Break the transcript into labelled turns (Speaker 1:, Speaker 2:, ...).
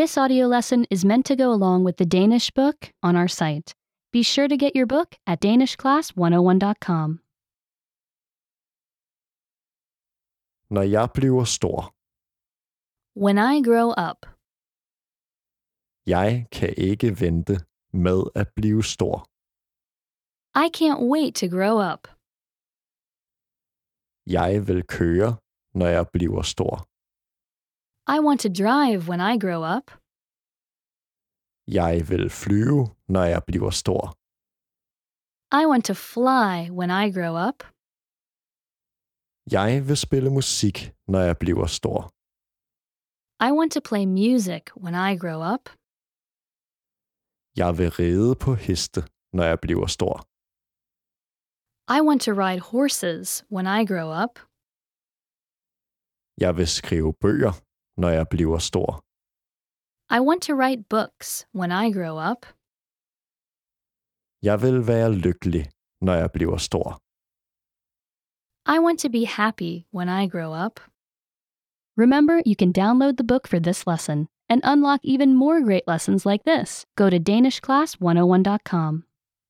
Speaker 1: This audio lesson is meant to go along with the Danish book on our site. Be sure to get your book at danishclass101.com.
Speaker 2: Når jeg bliver stor,
Speaker 1: When I grow up,
Speaker 2: jeg kan ikke vente med at blive stor.
Speaker 1: I can't wait to grow up.
Speaker 2: Jeg vil køre, når jeg bliver stor.
Speaker 1: I want to drive when I grow up.
Speaker 2: Jeg vil flyve, når jeg bliver stor.
Speaker 1: I want to fly when I grow up.
Speaker 2: Jeg vil spille musik, når jeg bliver stor.
Speaker 1: I want to play music when I grow up.
Speaker 2: Jeg vil ride på heste, når jeg bliver stor.
Speaker 1: I want to ride horses when I grow up.
Speaker 2: Jeg vil skrive bøger, når jeg bliver stor.
Speaker 1: I want to write books when I grow up.
Speaker 2: Jeg vil være lykkelig, når jeg bliver stor.
Speaker 1: I want to be happy when I grow up. Remember, you can download the book for this oh lesson and unlock even more great lessons like this. Go to danishclass101.com.